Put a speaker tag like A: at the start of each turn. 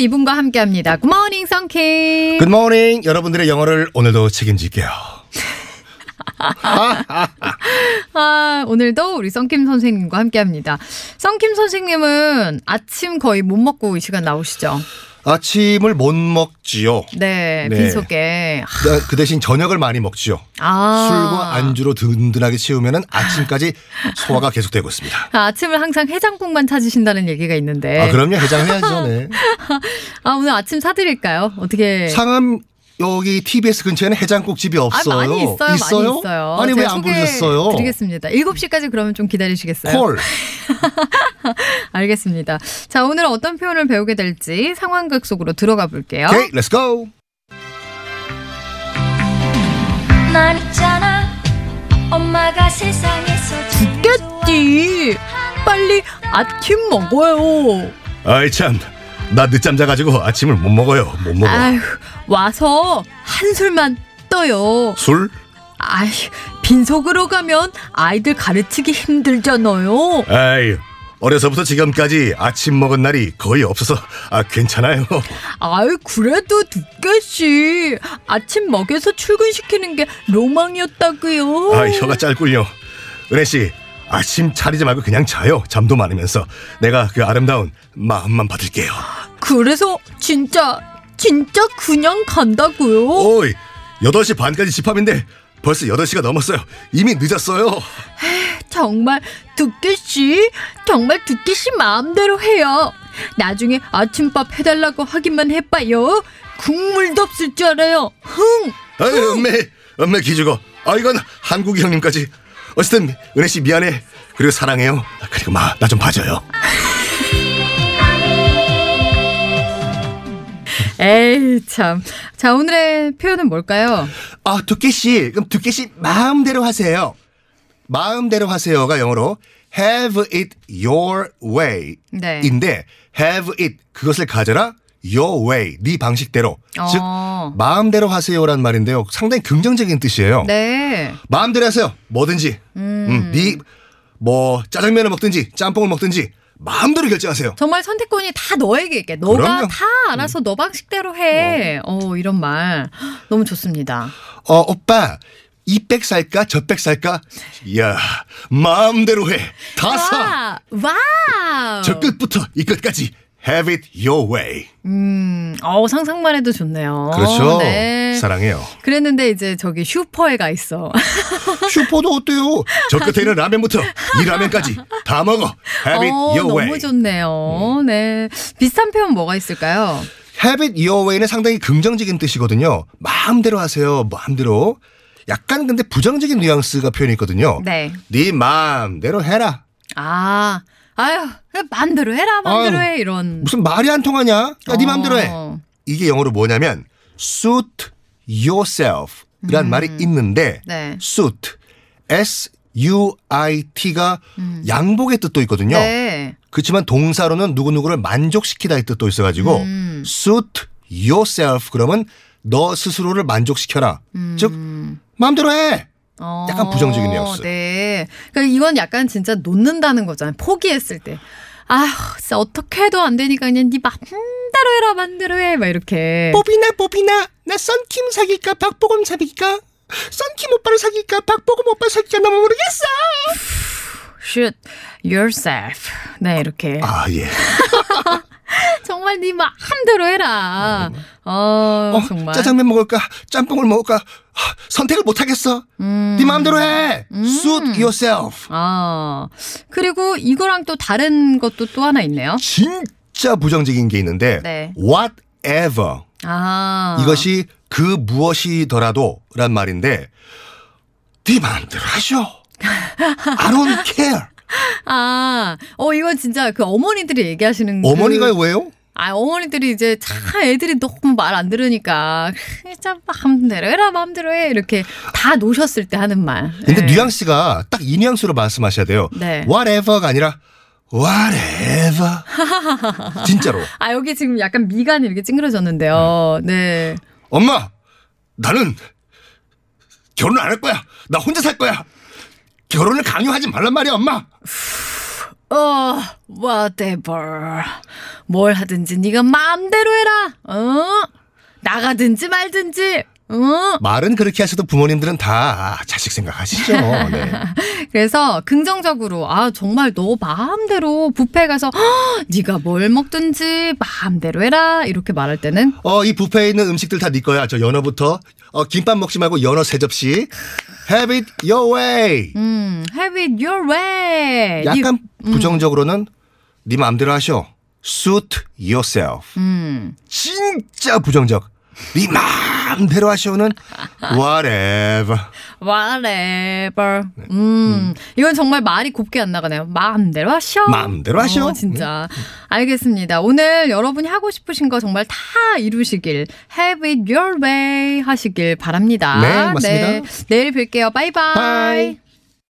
A: 이분과 함께합니다. 굿모닝 성케이.
B: 굿모닝 여러분들의 영어를 오늘도 책임질게요.
A: 아, 오늘도 우리 썬킴 선생님과 함께합니다. 썬킴 선생님은 아침 거의 못 먹고 이 시간 나오시죠?
B: 아침을 못 먹지요.
A: 네,
B: 네.
A: 빈속에.
B: 나- 그 대신 저녁을 많이 먹지요.
A: 아.
B: 술과 안주로 든든하게 채우면 아침까지 소화가 계속되고 있습니다.
A: 아, 아침을 항상 해장국만 찾으신다는 얘기가 있는데.
B: 아 그럼요 해장해야죠. 네.
A: 아, 오늘 아침 사드릴까요? 어떻게?
B: 상암 여기 TBS 근처에는 해장국 집이 없어요.
A: 네. 아, 많이 있어요, 많이 있어요.
B: 아니 왜 안
A: 제가
B: 부르셨어요?
A: 드리겠습니다. 7시까지 그러면 좀 기다리시겠어요?
B: 콜.
A: 알겠습니다. 자, 오늘은 어떤 표현을 배우게 될지 상황극 속으로 들어가 볼게요.
B: 오케이, 렛츠 고.
C: 난 있잖아 엄마가 세상에서 제일
A: 깼지. 빨리 아침 먹어요.
B: 아이 참. 나 늦잠 자가지고 아침을 못 먹어요. 못 먹어.
A: 아휴, 와서 한술만 떠요.
B: 술?
A: 아휴, 빈속으로 가면 아이들 가르치기 힘들잖아요.
B: 아이 어려서부터 지금까지 아침 먹은 날이 거의 없어서 아 괜찮아요.
A: 아유, 그래도 늦겠지. 아침 먹여서 출근시키는 게 로망이었다고요.
B: 아 혀가 짧군요. 은혜 씨 아침 차리지 말고 그냥 자요. 잠도 많으면서 내가 그 아름다운 마음만 받을게요.
A: 그래서 진짜 진짜 그냥 간다고요.
B: 오이 8시 반까지 집합인데 벌써 8시가 넘었어요. 이미 늦었어요.
A: 정말 두끼 씨 정말 두끼 씨 마음대로 해요. 나중에 아침밥 해달라고 하기만 해봐요. 국물도 없을 줄 알아요. 흥.
B: 아유 엄매 엄매 기죽어. 아 이건 한국 형님까지. 어쨌든 은혜 씨 미안해. 그리고 사랑해요. 아, 그리고 마 나 좀 봐줘요.
A: 에이 참. 자 오늘의 표현은 뭘까요?
B: 아, 두께 씨. 그럼 두께 씨 마음대로 하세요. 마음대로 하세요가 영어로 have it your way.
A: 네.
B: 인데 have it 그것을 가져라 your way. 네 방식대로. 즉
A: 어.
B: 마음대로 하세요란 말인데요. 상당히 긍정적인 뜻이에요.
A: 네.
B: 마음대로 하세요. 뭐든지. 음, 네뭐 짜장면을 먹든지 짬뽕을 먹든지 마음대로 결정하세요.
A: 정말 선택권이 다 너에게 있게. 너가
B: 그럼요.
A: 다 알아서 너 방식대로 해. 어 이런 말 너무 좋습니다.
B: 어, 오빠. 이백 살까 저백 살까? 야, 마음대로 해.
A: 아.
B: 다 사.
A: 와, 와우.
B: 저 끝부터 이 끝까지 have it your way.
A: 음, 어 상상만 해도 좋네요. 네.
B: 그렇죠. 사랑해요.
A: 그랬는데 이제 저기 슈퍼에 가 있어.
B: 슈퍼도 어때요? 저 끝에 있는 라면부터 이 라면까지 다 먹어. Have it
A: 어,
B: your
A: 너무
B: way. 음.
A: 좋네요. 네. 비슷한 표현 뭐가 있을까요?
B: Have it your way는 상당히 긍정적인 뜻이거든요. 마음대로 하세요. 마음대로. 약간 근데 부정적인 뉘앙스가 표현이 있거든요.
A: 네.
B: 네 마음대로 해라.
A: 아, 아유, 그냥 마음대로 해라, 마음대로
B: 아유,
A: 해, 이런.
B: 무슨 말이 안 통하냐? 야, 네
A: 어.
B: 마음대로 해. 이게 영어로 뭐냐면 suit yourself 이란 말이 있는데
A: 음. 네.
B: suit s u i t가 양복의 뜻도 있거든요.
A: 음. 네.
B: 그렇지만 동사로는 누구누구를 만족시키다의 뜻도 있어 가지고
A: 음.
B: suit yourself 그러면 너 스스로를 만족시켜라.
A: 음.
B: 즉 마음대로 해.
A: 어,
B: 약간 부정적인 뉘앙스.
A: 네. 그러니까 이건 약간 진짜 놓는다는 거잖아요. 포기했을 때. 아휴, 진짜 어떻게 해도 안 되니까 그냥 네 마음대로 해라, 마음대로 해. 막 이렇게.
B: 뽀비나 뽀비나 나 썬킴 사귈까 박보검 사귈까? 썬킴 오빠를 사귈까 박보검 오빠 사귈까 나 모르겠어.
A: shoot yourself. 네, 이렇게.
B: 아 예.
A: 정말 네 마음대로 해라. 어,
B: 어,
A: 정말.
B: 짜장면 먹을까? 짬뽕을 먹을까? 하, 선택을 못 하겠어. 네 마음대로 해. Suit yourself.
A: 아, 그리고 이거랑 또 다른 것도 또 하나 있네요.
B: 진짜 부정적인 게 있는데
A: 네.
B: whatever
A: 아.
B: 이것이 그 무엇이더라도란 말인데 네 마음대로 하셔. I don't care.
A: 아, 어, 이건 진짜 그 어머니들이 얘기하시는 그-
B: 어머니가 왜요?
A: 아, 어머니들이 이제 참 애들이 너무 말 안 들으니까. 참 마음대로 해라, 마음대로 해. 이렇게 다 노셨을 때 하는 말.
B: 근데
A: 예.
B: 뉘앙스가 딱 이 뉘앙스로 말씀하셔야 돼요.
A: 네.
B: whatever가 아니라 whatever. 진짜로.
A: 아, 여기 지금 약간 미간이 이렇게 찡그러졌는데요.
B: 음.
A: 네.
B: 엄마, 나는 결혼 안 할 거야. 나 혼자 살 거야. 결혼을 강요하지 말란 말이야, 엄마.
A: 어, 어, whatever. 뭘 하든지 네가 마음대로 해라. 어? 나가든지 말든지. 어?
B: 말은 그렇게 하셔도 부모님들은 다 자식 생각하시죠. 네.
A: 그래서 긍정적으로 아 정말 너 마음대로 뷔페 가서 "헉, 네가 뭘 먹든지 마음대로 해라 이렇게 말할 때는
B: 어, 이 뷔페에 있는 음식들 다 네 거야. 저 연어부터 어, 김밥 먹지 말고 연어 세 접시. Have it your way.
A: 음, have it your way. 이-
B: 약간 부정적으로는 네 마음대로 하셔. Suit yourself.
A: 음.
B: 진짜 부정적. 네 마음대로 하셔는 whatever.
A: whatever.
B: 네.
A: 음, 이건 정말 말이 곱게 안 나가네요. 마음대로 하셔.
B: 마음대로 하셔.
A: 어, 진짜. 알겠습니다. 오늘 여러분이 하고 싶으신 거 정말 다 이루시길, have it your way 하시길 바랍니다.
B: 네, 맞습니다.
A: 네, 내일 뵐게요. 바이바이.
B: 바이.